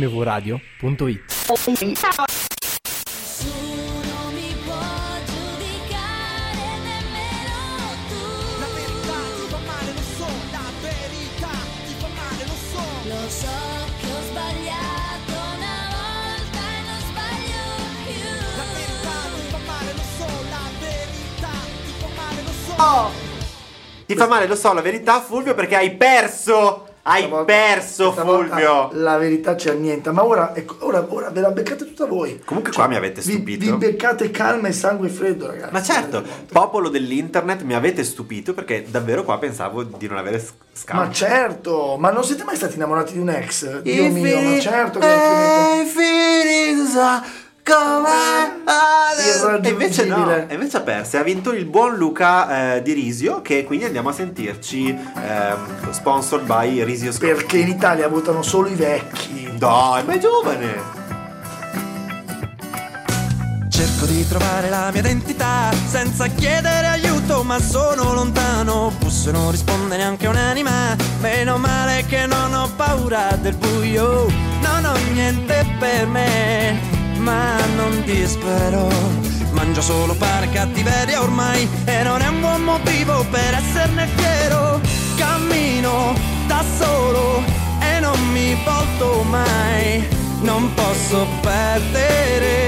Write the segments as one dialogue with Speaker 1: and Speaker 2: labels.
Speaker 1: mvradio.it
Speaker 2: Nessuno mi può giudicare, nemmeno tu.
Speaker 3: La verità ti fa male, lo so, la verità ti fa male, lo so.
Speaker 2: Lo so che ho sbagliato una volta e non sbaglio
Speaker 3: La verità ti
Speaker 2: più.
Speaker 3: fa male, lo so, la verità ti fa male, lo so.
Speaker 4: Ti fa male, lo so, la verità, Fulvio, perché hai perso. Hai
Speaker 5: Questa volta-
Speaker 4: perso,
Speaker 5: questa volta
Speaker 4: Fulvio.
Speaker 5: La verità c'è niente, ma ora, ecco, ora, ora ve la beccate tutta voi.
Speaker 4: Comunque qua mi avete
Speaker 5: Cioè, Vi-
Speaker 4: stupito.
Speaker 5: Vi, beccate calma e sangue freddo, ragazzi.
Speaker 4: Ma certo, popolo dell'internet, mi avete stupito perché davvero qua pensavo di non avere s- scampo.
Speaker 5: Ma certo, ma non siete mai stati innamorati di un ex? Dio mio, ma
Speaker 4: Infini-
Speaker 5: certo che altrimenti-
Speaker 4: Infinita come
Speaker 5: Irraggiungibile.
Speaker 4: E invece no, e invece ha perso. Ha vinto il buon Luca eh, di Risio. Che quindi andiamo a sentirci. ehm, sponsored by Risio Scoop.
Speaker 5: Perché in Italia votano solo i vecchi.
Speaker 4: Dai, ma è giovane!
Speaker 6: Cerco di trovare la mia identità senza chiedere aiuto, ma sono lontano. Busso e non risponde neanche un'anima. Meno male che non ho paura del buio. Non ho niente per me, ma non dispero. Mangio solo pane e cattiveria ormai e non è un buon motivo per esserne fiero. Cammino da solo e non mi volto mai. Non posso perdere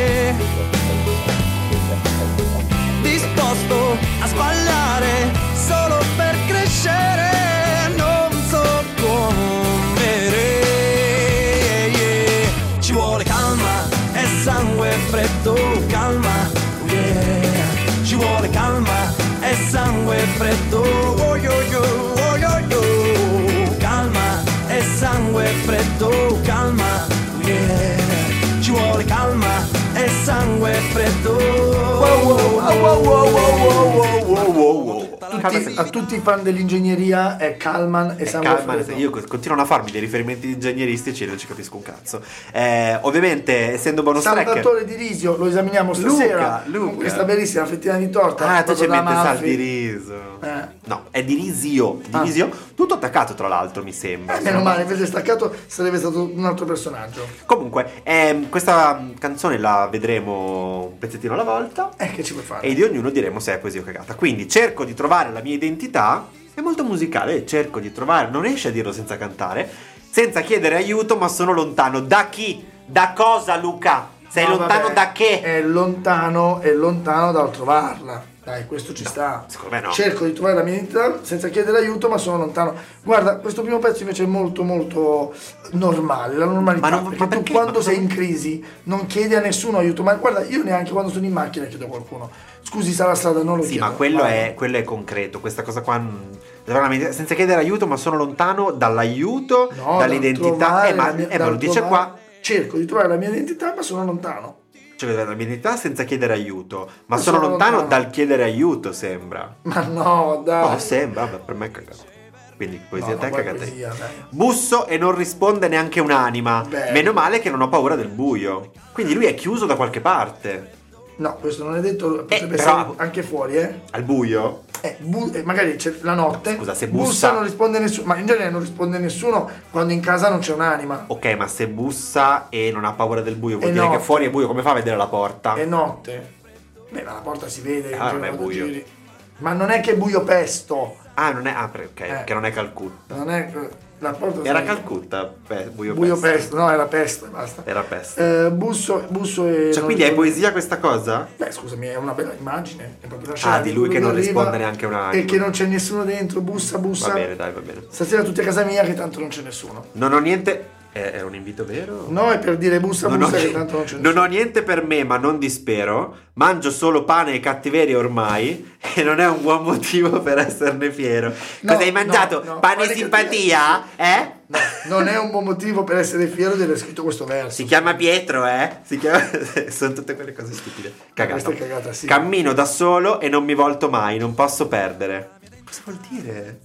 Speaker 6: disposto a sbagliare solo per crescere. Non so come yeah. ci vuole calma e sangue freddo, calma, yeah. ci vuole calma e sangue freddo, oh, yo, yo, oh, yo, yo. calma e sangue freddo, calma, yeah. ci vuole calma e sangue freddo.
Speaker 5: Wow, wow, wow, wow, wow, wow.
Speaker 4: Wow, wow, wow. Calma,
Speaker 5: Tutti- a tutti i fan dell'ingegneria è Calman e Sangue
Speaker 4: Calma,
Speaker 5: Freddo.
Speaker 4: io co- continuano a farmi dei riferimenti ingegneristici e non ci capisco un cazzo. Eh, ovviamente, essendo bonus track.
Speaker 5: Salvatore di Risio lo esaminiamo stasera
Speaker 4: Luca, Luca.
Speaker 5: con questa bellissima fettina di torta.
Speaker 4: Ah, tu
Speaker 5: proprio
Speaker 4: c'è in
Speaker 5: da
Speaker 4: mente sal
Speaker 5: Amalfi.
Speaker 4: di riso.
Speaker 5: Eh.
Speaker 4: No, è di risio. Di
Speaker 5: Ah.
Speaker 4: risio. Tutto attaccato, tra l'altro, mi sembra.
Speaker 5: Eh, Meno male, invece staccato sarebbe stato un altro personaggio.
Speaker 4: Comunque, ehm, questa mm, canzone la vedremo un pezzettino alla volta.
Speaker 5: Eh, che ci puoi fare?
Speaker 4: E di ognuno diremo se è poesia o cagata. Quindi cerco di trovare la mia identità. È molto musicale, cerco di trovare. Non riesce a dirlo senza cantare. Senza chiedere aiuto, ma sono lontano. Da chi? Da cosa, Luca? Sei
Speaker 5: No,
Speaker 4: lontano
Speaker 5: vabbè, Eh,
Speaker 4: da che?
Speaker 5: È lontano, è lontano dal trovarla. Dai, questo ci sta.
Speaker 4: secondo me no.
Speaker 5: Cerco di trovare la mia identità senza chiedere aiuto, ma sono lontano. Guarda, questo primo pezzo invece è molto molto normale, la normalità.
Speaker 4: Ma non- ma
Speaker 5: perché, tu
Speaker 4: perché?
Speaker 5: quando
Speaker 4: Ma-
Speaker 5: sei in crisi non chiedi a nessuno aiuto. Ma guarda, io neanche quando sono in macchina chiedo a qualcuno. Scusi, sarà strada, non lo
Speaker 4: Sì,
Speaker 5: chiedo.
Speaker 4: ma quello
Speaker 5: Vai.
Speaker 4: è, quello è concreto. Questa cosa qua. mm, veramente, senza chiedere aiuto, ma sono lontano dall'aiuto,
Speaker 5: No, dal
Speaker 4: dall'identità.
Speaker 5: trovare
Speaker 4: Eh, ma,
Speaker 5: la mia-
Speaker 4: eh, ma lo
Speaker 5: dal
Speaker 4: dice
Speaker 5: trovare-
Speaker 4: qua.
Speaker 5: Cerco di trovare la mia identità, ma sono lontano.
Speaker 4: Cioè, la mia identità senza chiedere aiuto. Ma
Speaker 5: Ma
Speaker 4: sono,
Speaker 5: sono
Speaker 4: lontano,
Speaker 5: lontano.
Speaker 4: dal chiedere aiuto, sembra.
Speaker 5: Ma no, dai.
Speaker 4: Oh, sembra, vabbè, per me è cagato. Quindi poesia
Speaker 5: No,
Speaker 4: te,
Speaker 5: ma poi
Speaker 4: cagate.
Speaker 5: poesia, dai.
Speaker 4: Busso e non risponde neanche un'anima.
Speaker 5: Bello.
Speaker 4: Meno male che non ho paura del buio. Quindi lui è chiuso da qualche parte.
Speaker 5: No, questo non è detto, potrebbe
Speaker 4: però-
Speaker 5: essere anche fuori, eh.
Speaker 4: Al buio?
Speaker 5: Eh, bu- eh, magari c'è la notte.
Speaker 4: No, scusa, se bussa-
Speaker 5: bussa non risponde nessuno, ma in genere non risponde nessuno quando in casa non c'è un'anima.
Speaker 4: Ok, ma se bussa e non ha paura del buio, vuol
Speaker 5: Eh
Speaker 4: dire
Speaker 5: no.
Speaker 4: che fuori è buio, come fa a vedere la porta?
Speaker 5: È notte. Beh, ma la porta si vede. in
Speaker 4: Ah, non
Speaker 5: giro
Speaker 4: è
Speaker 5: quando
Speaker 4: buio.
Speaker 5: giri. Ma non è che è buio pesto.
Speaker 4: Ah, non è. Ah, pre- ok,
Speaker 5: Eh.
Speaker 4: che non è Calcutta.
Speaker 5: Non è eh, la porta
Speaker 4: Era
Speaker 5: si-
Speaker 4: Calcutta, pe- buio,
Speaker 5: Buio
Speaker 4: pesto.
Speaker 5: pesto, no, era pesto e basta.
Speaker 4: Era pesto.
Speaker 5: Eh, busso, busso e
Speaker 4: Cioè,
Speaker 5: Eh, non
Speaker 4: quindi è
Speaker 5: risponde-
Speaker 4: poesia questa cosa?
Speaker 5: Beh, scusami, è una bella immagine. È proprio la scena
Speaker 4: Ah, di lui che non
Speaker 5: arriva
Speaker 4: risponde neanche un'anima.
Speaker 5: E che non c'è nessuno dentro, bussa, bussa.
Speaker 4: Va bene, dai, va bene.
Speaker 5: Stasera tutti a casa mia che tanto non c'è nessuno.
Speaker 4: Non ho niente. È, è un invito vero?
Speaker 5: No, è per dire bussa,
Speaker 4: Non ho,
Speaker 5: bussa che tanto non c'è
Speaker 4: non
Speaker 5: nessuno.
Speaker 4: ho niente per me, ma non dispero. Mangio solo pane e cattiveria ormai. E non è un buon motivo per esserne fiero.
Speaker 5: No,
Speaker 4: Cosa hai mangiato?
Speaker 5: no, no,
Speaker 4: pane
Speaker 5: pane
Speaker 4: e
Speaker 5: e
Speaker 4: simpatia? Eh?
Speaker 5: No, non è un buon motivo per essere fiero di aver scritto questo verso.
Speaker 4: Si chiama Pietro, eh? Si chiama... Sono tutte quelle cose stupide. Cagata.
Speaker 5: Ah, Questa è cagata, sì.
Speaker 4: Cammino da solo e non mi volto mai, non posso perdere. Cosa vuol dire?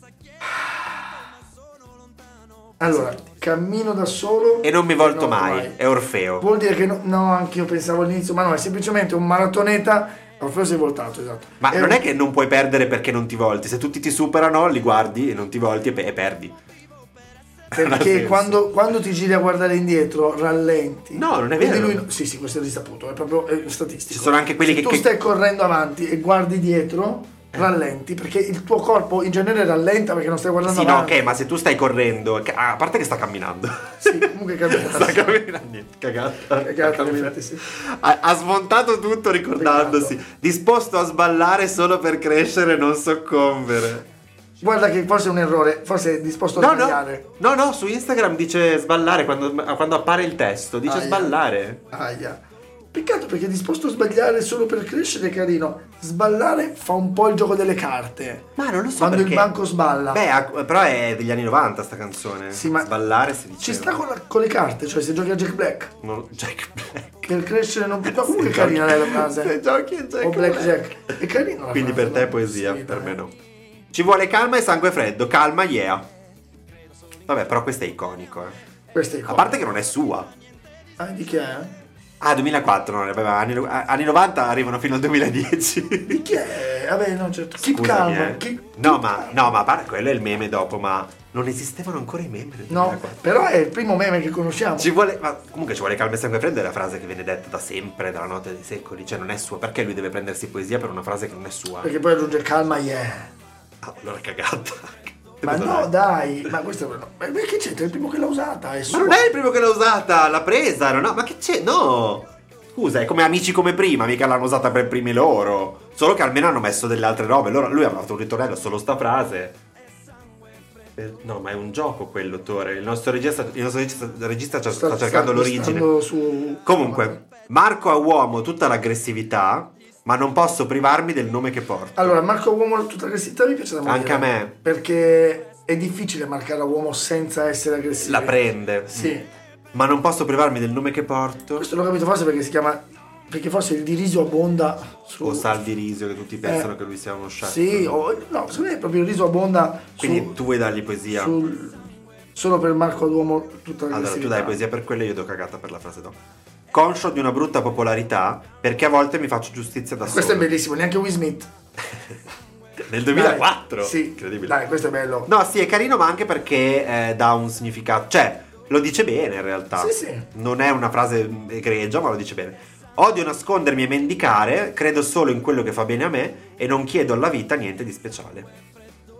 Speaker 5: Allora, cammino da solo
Speaker 4: E non mi volto
Speaker 5: non
Speaker 4: mai. è Orfeo.
Speaker 5: Vuol dire che no, no, anche io pensavo all'inizio, ma no, è semplicemente un maratoneta. Orfeo si è voltato, esatto.
Speaker 4: Ma
Speaker 5: È
Speaker 4: non
Speaker 5: un-
Speaker 4: è che non puoi perdere perché non ti volti. Se tutti ti superano, li guardi e non ti volti e, pe- e perdi. Non ha
Speaker 5: Perché
Speaker 4: senso.
Speaker 5: quando, quando ti giri a guardare indietro, rallenti.
Speaker 4: No, non è
Speaker 5: Quindi
Speaker 4: vero.
Speaker 5: lui no- sì, sì, questo è risaputo, è proprio è statistico.
Speaker 4: Ci sono anche quelli
Speaker 5: Se
Speaker 4: che-
Speaker 5: tu
Speaker 4: che- Eh.
Speaker 5: stai correndo avanti e guardi dietro, rallenti, perché il tuo corpo in genere rallenta perché non stai guardando
Speaker 4: Sì, no,
Speaker 5: avanti.
Speaker 4: ok, ma se tu stai correndo, ca- a parte che sta camminando.
Speaker 5: Sì, comunque cambia.
Speaker 4: sta camminando, niente, cagata.
Speaker 5: Cagata,
Speaker 4: Sta
Speaker 5: in
Speaker 4: camminando.
Speaker 5: effetti, sì.
Speaker 4: Ha, ha smontato tutto ricordandosi. Disposto a sballare solo per crescere e non soccombere.
Speaker 5: Guarda che forse è un errore, forse è disposto a
Speaker 4: No,
Speaker 5: sbagliare.
Speaker 4: no, no, no, su Instagram dice sballare quando, quando appare il testo, dice
Speaker 5: Aia.
Speaker 4: sballare.
Speaker 5: Aia. Peccato perché è disposto a sbagliare solo per crescere, carino. Sballare fa un po' il gioco delle carte.
Speaker 4: Ma non lo so
Speaker 5: Quando
Speaker 4: perché.
Speaker 5: il banco sballa.
Speaker 4: Beh, ha- però è degli anni 90 sta canzone.
Speaker 5: Sì, ma-
Speaker 4: Eh, Sballare si dice.
Speaker 5: Ci sta con, la- con le carte, cioè se giochi a Jack Black.
Speaker 4: Non... Jack Black.
Speaker 5: Per crescere non puoi. Ma comunque è
Speaker 4: Se
Speaker 5: carina
Speaker 4: giochi-
Speaker 5: lei la
Speaker 4: Se
Speaker 5: frase.
Speaker 4: giochi a Jack
Speaker 5: O Black
Speaker 4: Black.
Speaker 5: Jack. È carina la
Speaker 4: Quindi per
Speaker 5: frase,
Speaker 4: te è
Speaker 5: no?
Speaker 4: poesia,
Speaker 5: Sì,
Speaker 4: per
Speaker 5: dai.
Speaker 4: me no. Ci vuole calma e sangue freddo, calma, yeah. Vabbè, però questo è iconico, eh.
Speaker 5: Questa è
Speaker 4: A parte che non è sua.
Speaker 5: Ah, di chi è?
Speaker 4: Ah, 2004, non ne aveva- anni, anni 90 arrivano fino al 2010.
Speaker 5: Di chi è? Vabbè, no, certo. Keep
Speaker 4: Scusami,
Speaker 5: calm.
Speaker 4: eh.
Speaker 5: keep-
Speaker 4: no,
Speaker 5: keep
Speaker 4: ma,
Speaker 5: calm.
Speaker 4: no, ma a parte quello è il meme dopo, ma non esistevano ancora i meme del
Speaker 5: No,
Speaker 4: 2004.
Speaker 5: però è il primo meme che conosciamo.
Speaker 4: Ci vuole, ma comunque ci vuole calma e sangue freddo è la frase che viene detta da sempre, dalla notte dei secoli, cioè non è sua, perché lui deve prendersi poesia per una frase che non è sua?
Speaker 5: Perché poi aggiunge calma, yeah.
Speaker 4: Ah, allora cagata.
Speaker 5: Ma
Speaker 4: Cosa
Speaker 5: no,
Speaker 4: è?
Speaker 5: dai, ma questa è una. Ma che c'entra? È il primo che l'ha usata. È
Speaker 4: Ma
Speaker 5: sua.
Speaker 4: non è il primo che l'ha usata, l'ha presa, non ho- ma che c'è? No! Scusa, è come amici come prima, mica l'hanno usata per primi loro. Solo che almeno hanno messo delle altre robe. Loro, lui ha fatto un ritornello solo sta frase. Eh, No, ma è un gioco quello, Tore. Il nostro regista, il nostro regista, regista sta, sta cercando l'origine.
Speaker 5: stando su-
Speaker 4: Comunque, Marco ha uomo tutta l'aggressività, ma non posso privarmi del nome che porto.
Speaker 5: Allora, Marco Uomo, tutta aggressività mi piace da morire.
Speaker 4: Anche a me.
Speaker 5: Perché è difficile marcare a uomo senza essere aggressivi.
Speaker 4: La prende.
Speaker 5: Sì.
Speaker 4: Ma non posso privarmi del nome che porto.
Speaker 5: Questo l'ho capito forse perché si chiama. Perché forse il diriso abbonda su.
Speaker 4: O Saldi Risio, che tutti pensano
Speaker 5: Eh,
Speaker 4: che lui sia uno sciacquo.
Speaker 5: Sì, o, no, secondo me è proprio il riso abbonda su-
Speaker 4: Quindi tu vuoi dargli poesia?
Speaker 5: sul- solo per Marco Duomo tutta
Speaker 4: Allora, tu
Speaker 5: l'aggressività.
Speaker 4: dai poesia per quella e io do cagata per la frase dopo. Conscio di una brutta popolarità, perché a volte mi faccio giustizia da
Speaker 5: Questo è
Speaker 4: solo.
Speaker 5: bellissimo, neanche Will Smith.
Speaker 4: Nel 2004?
Speaker 5: Dai, sì.
Speaker 4: Incredibile.
Speaker 5: Dai, questo è bello.
Speaker 4: No, sì, è carino, ma anche perché eh, dà un significato. Cioè, lo dice bene in realtà.
Speaker 5: Sì, sì.
Speaker 4: Non è una frase mm, egregia, ma lo dice bene. Odio nascondermi e mendicare, credo solo in quello che fa bene a me e non chiedo alla vita niente di speciale.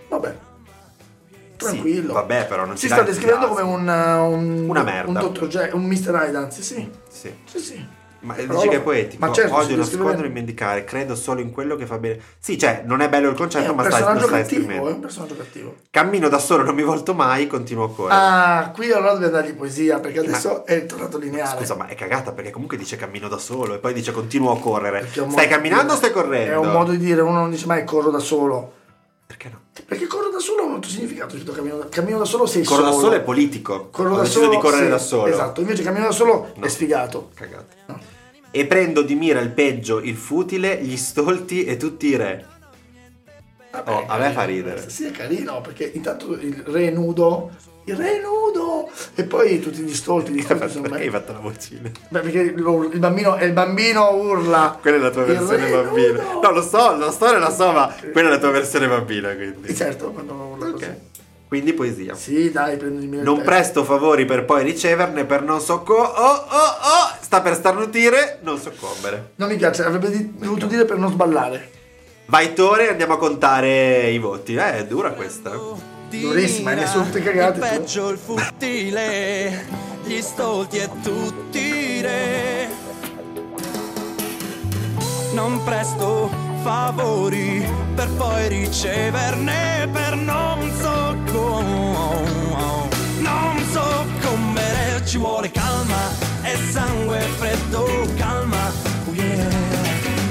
Speaker 5: Vabbè.
Speaker 4: Sì,
Speaker 5: Tranquillo.
Speaker 4: vabbè, però non
Speaker 5: si
Speaker 4: ci dà
Speaker 5: sta descrivendo come
Speaker 4: entusiasmo.
Speaker 5: un, uh, un-
Speaker 4: Una merda. Mm.
Speaker 5: Un dottor Jack, un Mr. Hyde, sì, sì.
Speaker 4: Sì.
Speaker 5: Sì, sì.
Speaker 4: Ma
Speaker 5: Però
Speaker 4: dici
Speaker 5: lo-
Speaker 4: che è poetico?
Speaker 5: Ma certo, si
Speaker 4: Odio
Speaker 5: descrive
Speaker 4: nascondermi e
Speaker 5: bene.
Speaker 4: mendicare, eh, credo solo in quello che fa bene. Sì, cioè, non è bello il
Speaker 5: è
Speaker 4: concetto,
Speaker 5: un
Speaker 4: ma stai, lo
Speaker 5: personaggio
Speaker 4: stai
Speaker 5: cattivo, eh.
Speaker 4: esprimendo.
Speaker 5: è un personaggio cattivo.
Speaker 4: Cammino da solo, non mi volto mai, continuo a correre.
Speaker 5: Ah, qui allora dobbiamo dargli poesia, perché adesso è tornato lineare.
Speaker 4: Scusa, ma è cagata perché comunque dice cammino da solo e poi dice continuo a correre.
Speaker 5: Perché è un
Speaker 4: Stai
Speaker 5: modo di
Speaker 4: camminando o
Speaker 5: dire-
Speaker 4: stai correndo?
Speaker 5: È un modo di dire, uno non dice mai corro da solo.
Speaker 4: Perché no?
Speaker 5: Perché corro da solo ha un altro significato, rispetto a cammino da, cammino da solo sei
Speaker 4: Corro da
Speaker 5: solo.
Speaker 4: solo è politico.
Speaker 5: Corro
Speaker 4: Ho
Speaker 5: da
Speaker 4: deciso
Speaker 5: solo,
Speaker 4: di correre
Speaker 5: sì,
Speaker 4: da solo.
Speaker 5: Esatto, invece cammino da solo
Speaker 4: No.
Speaker 5: è sfigato.
Speaker 4: Cagata. E prendo di mira il peggio, il futile, gli stolti e tutti i re.
Speaker 5: Vabbè,
Speaker 4: Oh,
Speaker 5: è
Speaker 4: a me
Speaker 5: carino.
Speaker 4: fa ridere.
Speaker 5: Sì, è carino perché intanto il re è nudo, il re è nudo e poi tutti gli stolti, gli stolti sono
Speaker 4: Perché hai
Speaker 5: belli.
Speaker 4: fatto la vocina?
Speaker 5: Beh, perché lo- il bambino, e il bambino urla.
Speaker 4: Quella è la tua
Speaker 5: Il
Speaker 4: versione
Speaker 5: re è
Speaker 4: bambina.
Speaker 5: nudo.
Speaker 4: No, lo so, la storia la so, ma quella è la tua versione bambina,
Speaker 5: Eh,
Speaker 4: quindi.
Speaker 5: Certo, quando urla
Speaker 4: Ok.
Speaker 5: così.
Speaker 4: Quindi poesia.
Speaker 5: Sì, dai, prendimi il mio
Speaker 4: Non
Speaker 5: pezzo.
Speaker 4: presto favori per poi riceverne per non socco... Oh, oh, oh! Sta per starnutire, non soccombere.
Speaker 5: Non mi piace, avrebbe di-
Speaker 4: Ecco.
Speaker 5: dovuto dire per non sballare.
Speaker 4: Vai Tore e andiamo a contare i voti. Eh, è dura questa.
Speaker 5: Durissima, e ne sono tutte cagate,
Speaker 6: Il peggio, il futile, gli stolti e tutti i re. Non presto favori per poi riceverne per non soccombere. Non soccombere ci vuole calma e sangue freddo, calma. Oh yeah.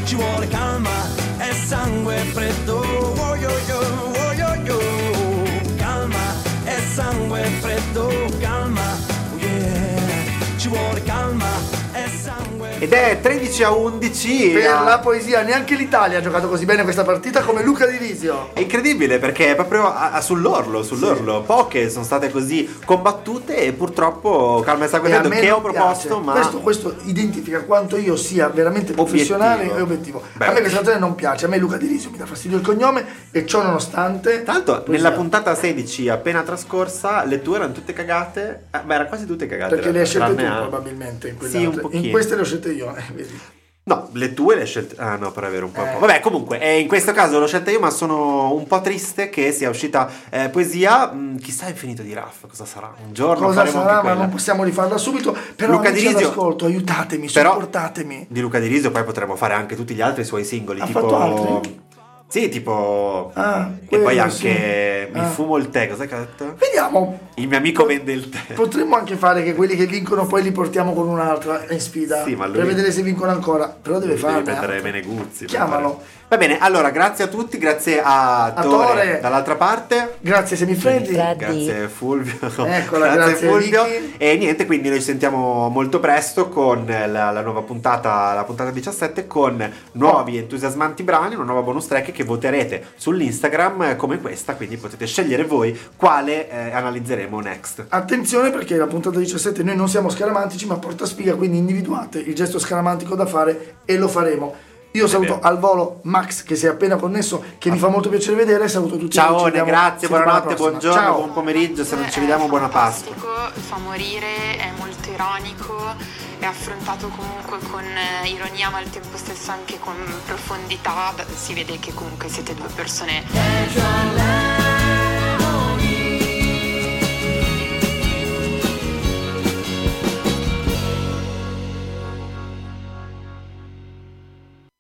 Speaker 6: Ci vuole calma e sangue freddo. Oh yo yo, oh yo yo. Calma e sangue freddo, calma. Oh yeah. Ci vuole calma e sangue
Speaker 4: Ed è 13 a 11.
Speaker 5: Per
Speaker 4: a-
Speaker 5: la poesia, neanche l'Italia ha giocato così bene questa partita come Luca Di Risio.
Speaker 4: È incredibile perché è proprio a- a- sull'orlo, sull'orlo. Poche sono state così combattute e purtroppo Calma e Sangue
Speaker 5: E a
Speaker 4: Freddo,
Speaker 5: me
Speaker 4: che ho
Speaker 5: non
Speaker 4: proposto,
Speaker 5: piace.
Speaker 4: ma
Speaker 5: questo, questo identifica quanto io sia veramente professionale
Speaker 4: Obiettivo.
Speaker 5: e obiettivo.
Speaker 4: Beh.
Speaker 5: A me questa canzone non piace, a me Luca Di Risio mi dà fastidio il cognome e ciò nonostante.
Speaker 4: Tanto
Speaker 5: poesia.
Speaker 4: nella puntata 16 appena trascorsa le tue erano tutte cagate, eh, beh erano quasi tutte cagate.
Speaker 5: perché le hai scelte tu
Speaker 4: tranne a-
Speaker 5: probabilmente in quelle
Speaker 4: Sì, un
Speaker 5: altre.
Speaker 4: pochino.
Speaker 5: in queste le ho scelte io eh, vedi.
Speaker 4: No, le tue le hai scelte... Ah no, per avere un po'...
Speaker 5: Eh.
Speaker 4: Vabbè, comunque, eh, in questo caso l'ho scelta io, ma sono un po' triste che sia uscita eh, poesia. Mm, chissà infinito di Raff, cosa sarà? Un giorno
Speaker 5: cosa
Speaker 4: faremo
Speaker 5: sarà
Speaker 4: anche
Speaker 5: ma
Speaker 4: quella.
Speaker 5: non possiamo rifarla subito però
Speaker 4: Luca
Speaker 5: amici
Speaker 4: Di Risio-
Speaker 5: all'ascolto, aiutatemi
Speaker 4: Però-
Speaker 5: supportatemi
Speaker 4: Di Luca Di Risio poi potremmo fare anche tutti gli altri suoi singoli.
Speaker 5: Ha
Speaker 4: tipo...
Speaker 5: fatto altri?
Speaker 4: Sì, tipo...
Speaker 5: Ah,
Speaker 4: e poi
Speaker 5: quello,
Speaker 4: anche...
Speaker 5: sì.
Speaker 4: Mi
Speaker 5: Ah.
Speaker 4: fumo il tè, cos'è che ha detto?
Speaker 5: vediamo
Speaker 4: Il mio amico vende il tè.
Speaker 5: potremmo anche fare che quelli che vincono poi li portiamo con un'altra in sfida
Speaker 4: Sì, ma lui-
Speaker 5: per vedere se vincono ancora però deve
Speaker 4: Devi
Speaker 5: farne eh.
Speaker 4: prendere
Speaker 5: altre.
Speaker 4: Meneguzzi. per
Speaker 5: Chiamalo.
Speaker 4: fare- eh. Va bene, allora grazie a tutti, grazie a,
Speaker 5: A
Speaker 4: Tore,
Speaker 5: Tore.
Speaker 4: dall'altra parte.
Speaker 5: grazie semifreddi
Speaker 2: Semifreddi.
Speaker 4: Grazie Fulvio.
Speaker 5: Eccola, grazie, Ricky.
Speaker 4: E niente, quindi noi ci sentiamo molto presto con la, la nuova puntata, la puntata 17, con nuovi entusiasmanti brani, una nuova bonus track che voterete sull'Instagram eh, come questa, quindi potete scegliere voi quale eh, analizzeremo next.
Speaker 5: Attenzione perché la puntata 17 noi non siamo scaramantici ma porta sfiga, quindi individuate il gesto scaramantico da fare e lo faremo. Io saluto
Speaker 4: bene.
Speaker 5: al volo Max che si è appena connesso, che mi fa molto piacere vedere, saluto tutti. noi, ci
Speaker 4: Ah. Ciao,
Speaker 5: vediamo
Speaker 4: grazie,
Speaker 5: settimana
Speaker 4: buonanotte,
Speaker 5: prossima.
Speaker 4: buongiorno,
Speaker 5: Ciao.
Speaker 4: buon pomeriggio, se non ci vediamo
Speaker 1: Eh, È
Speaker 4: buona Pasqua.
Speaker 1: fantastico, Fa morire, è molto ironico, è affrontato comunque con eh, ironia ma al tempo stesso anche con profondità, Beh, si vede che comunque siete due persone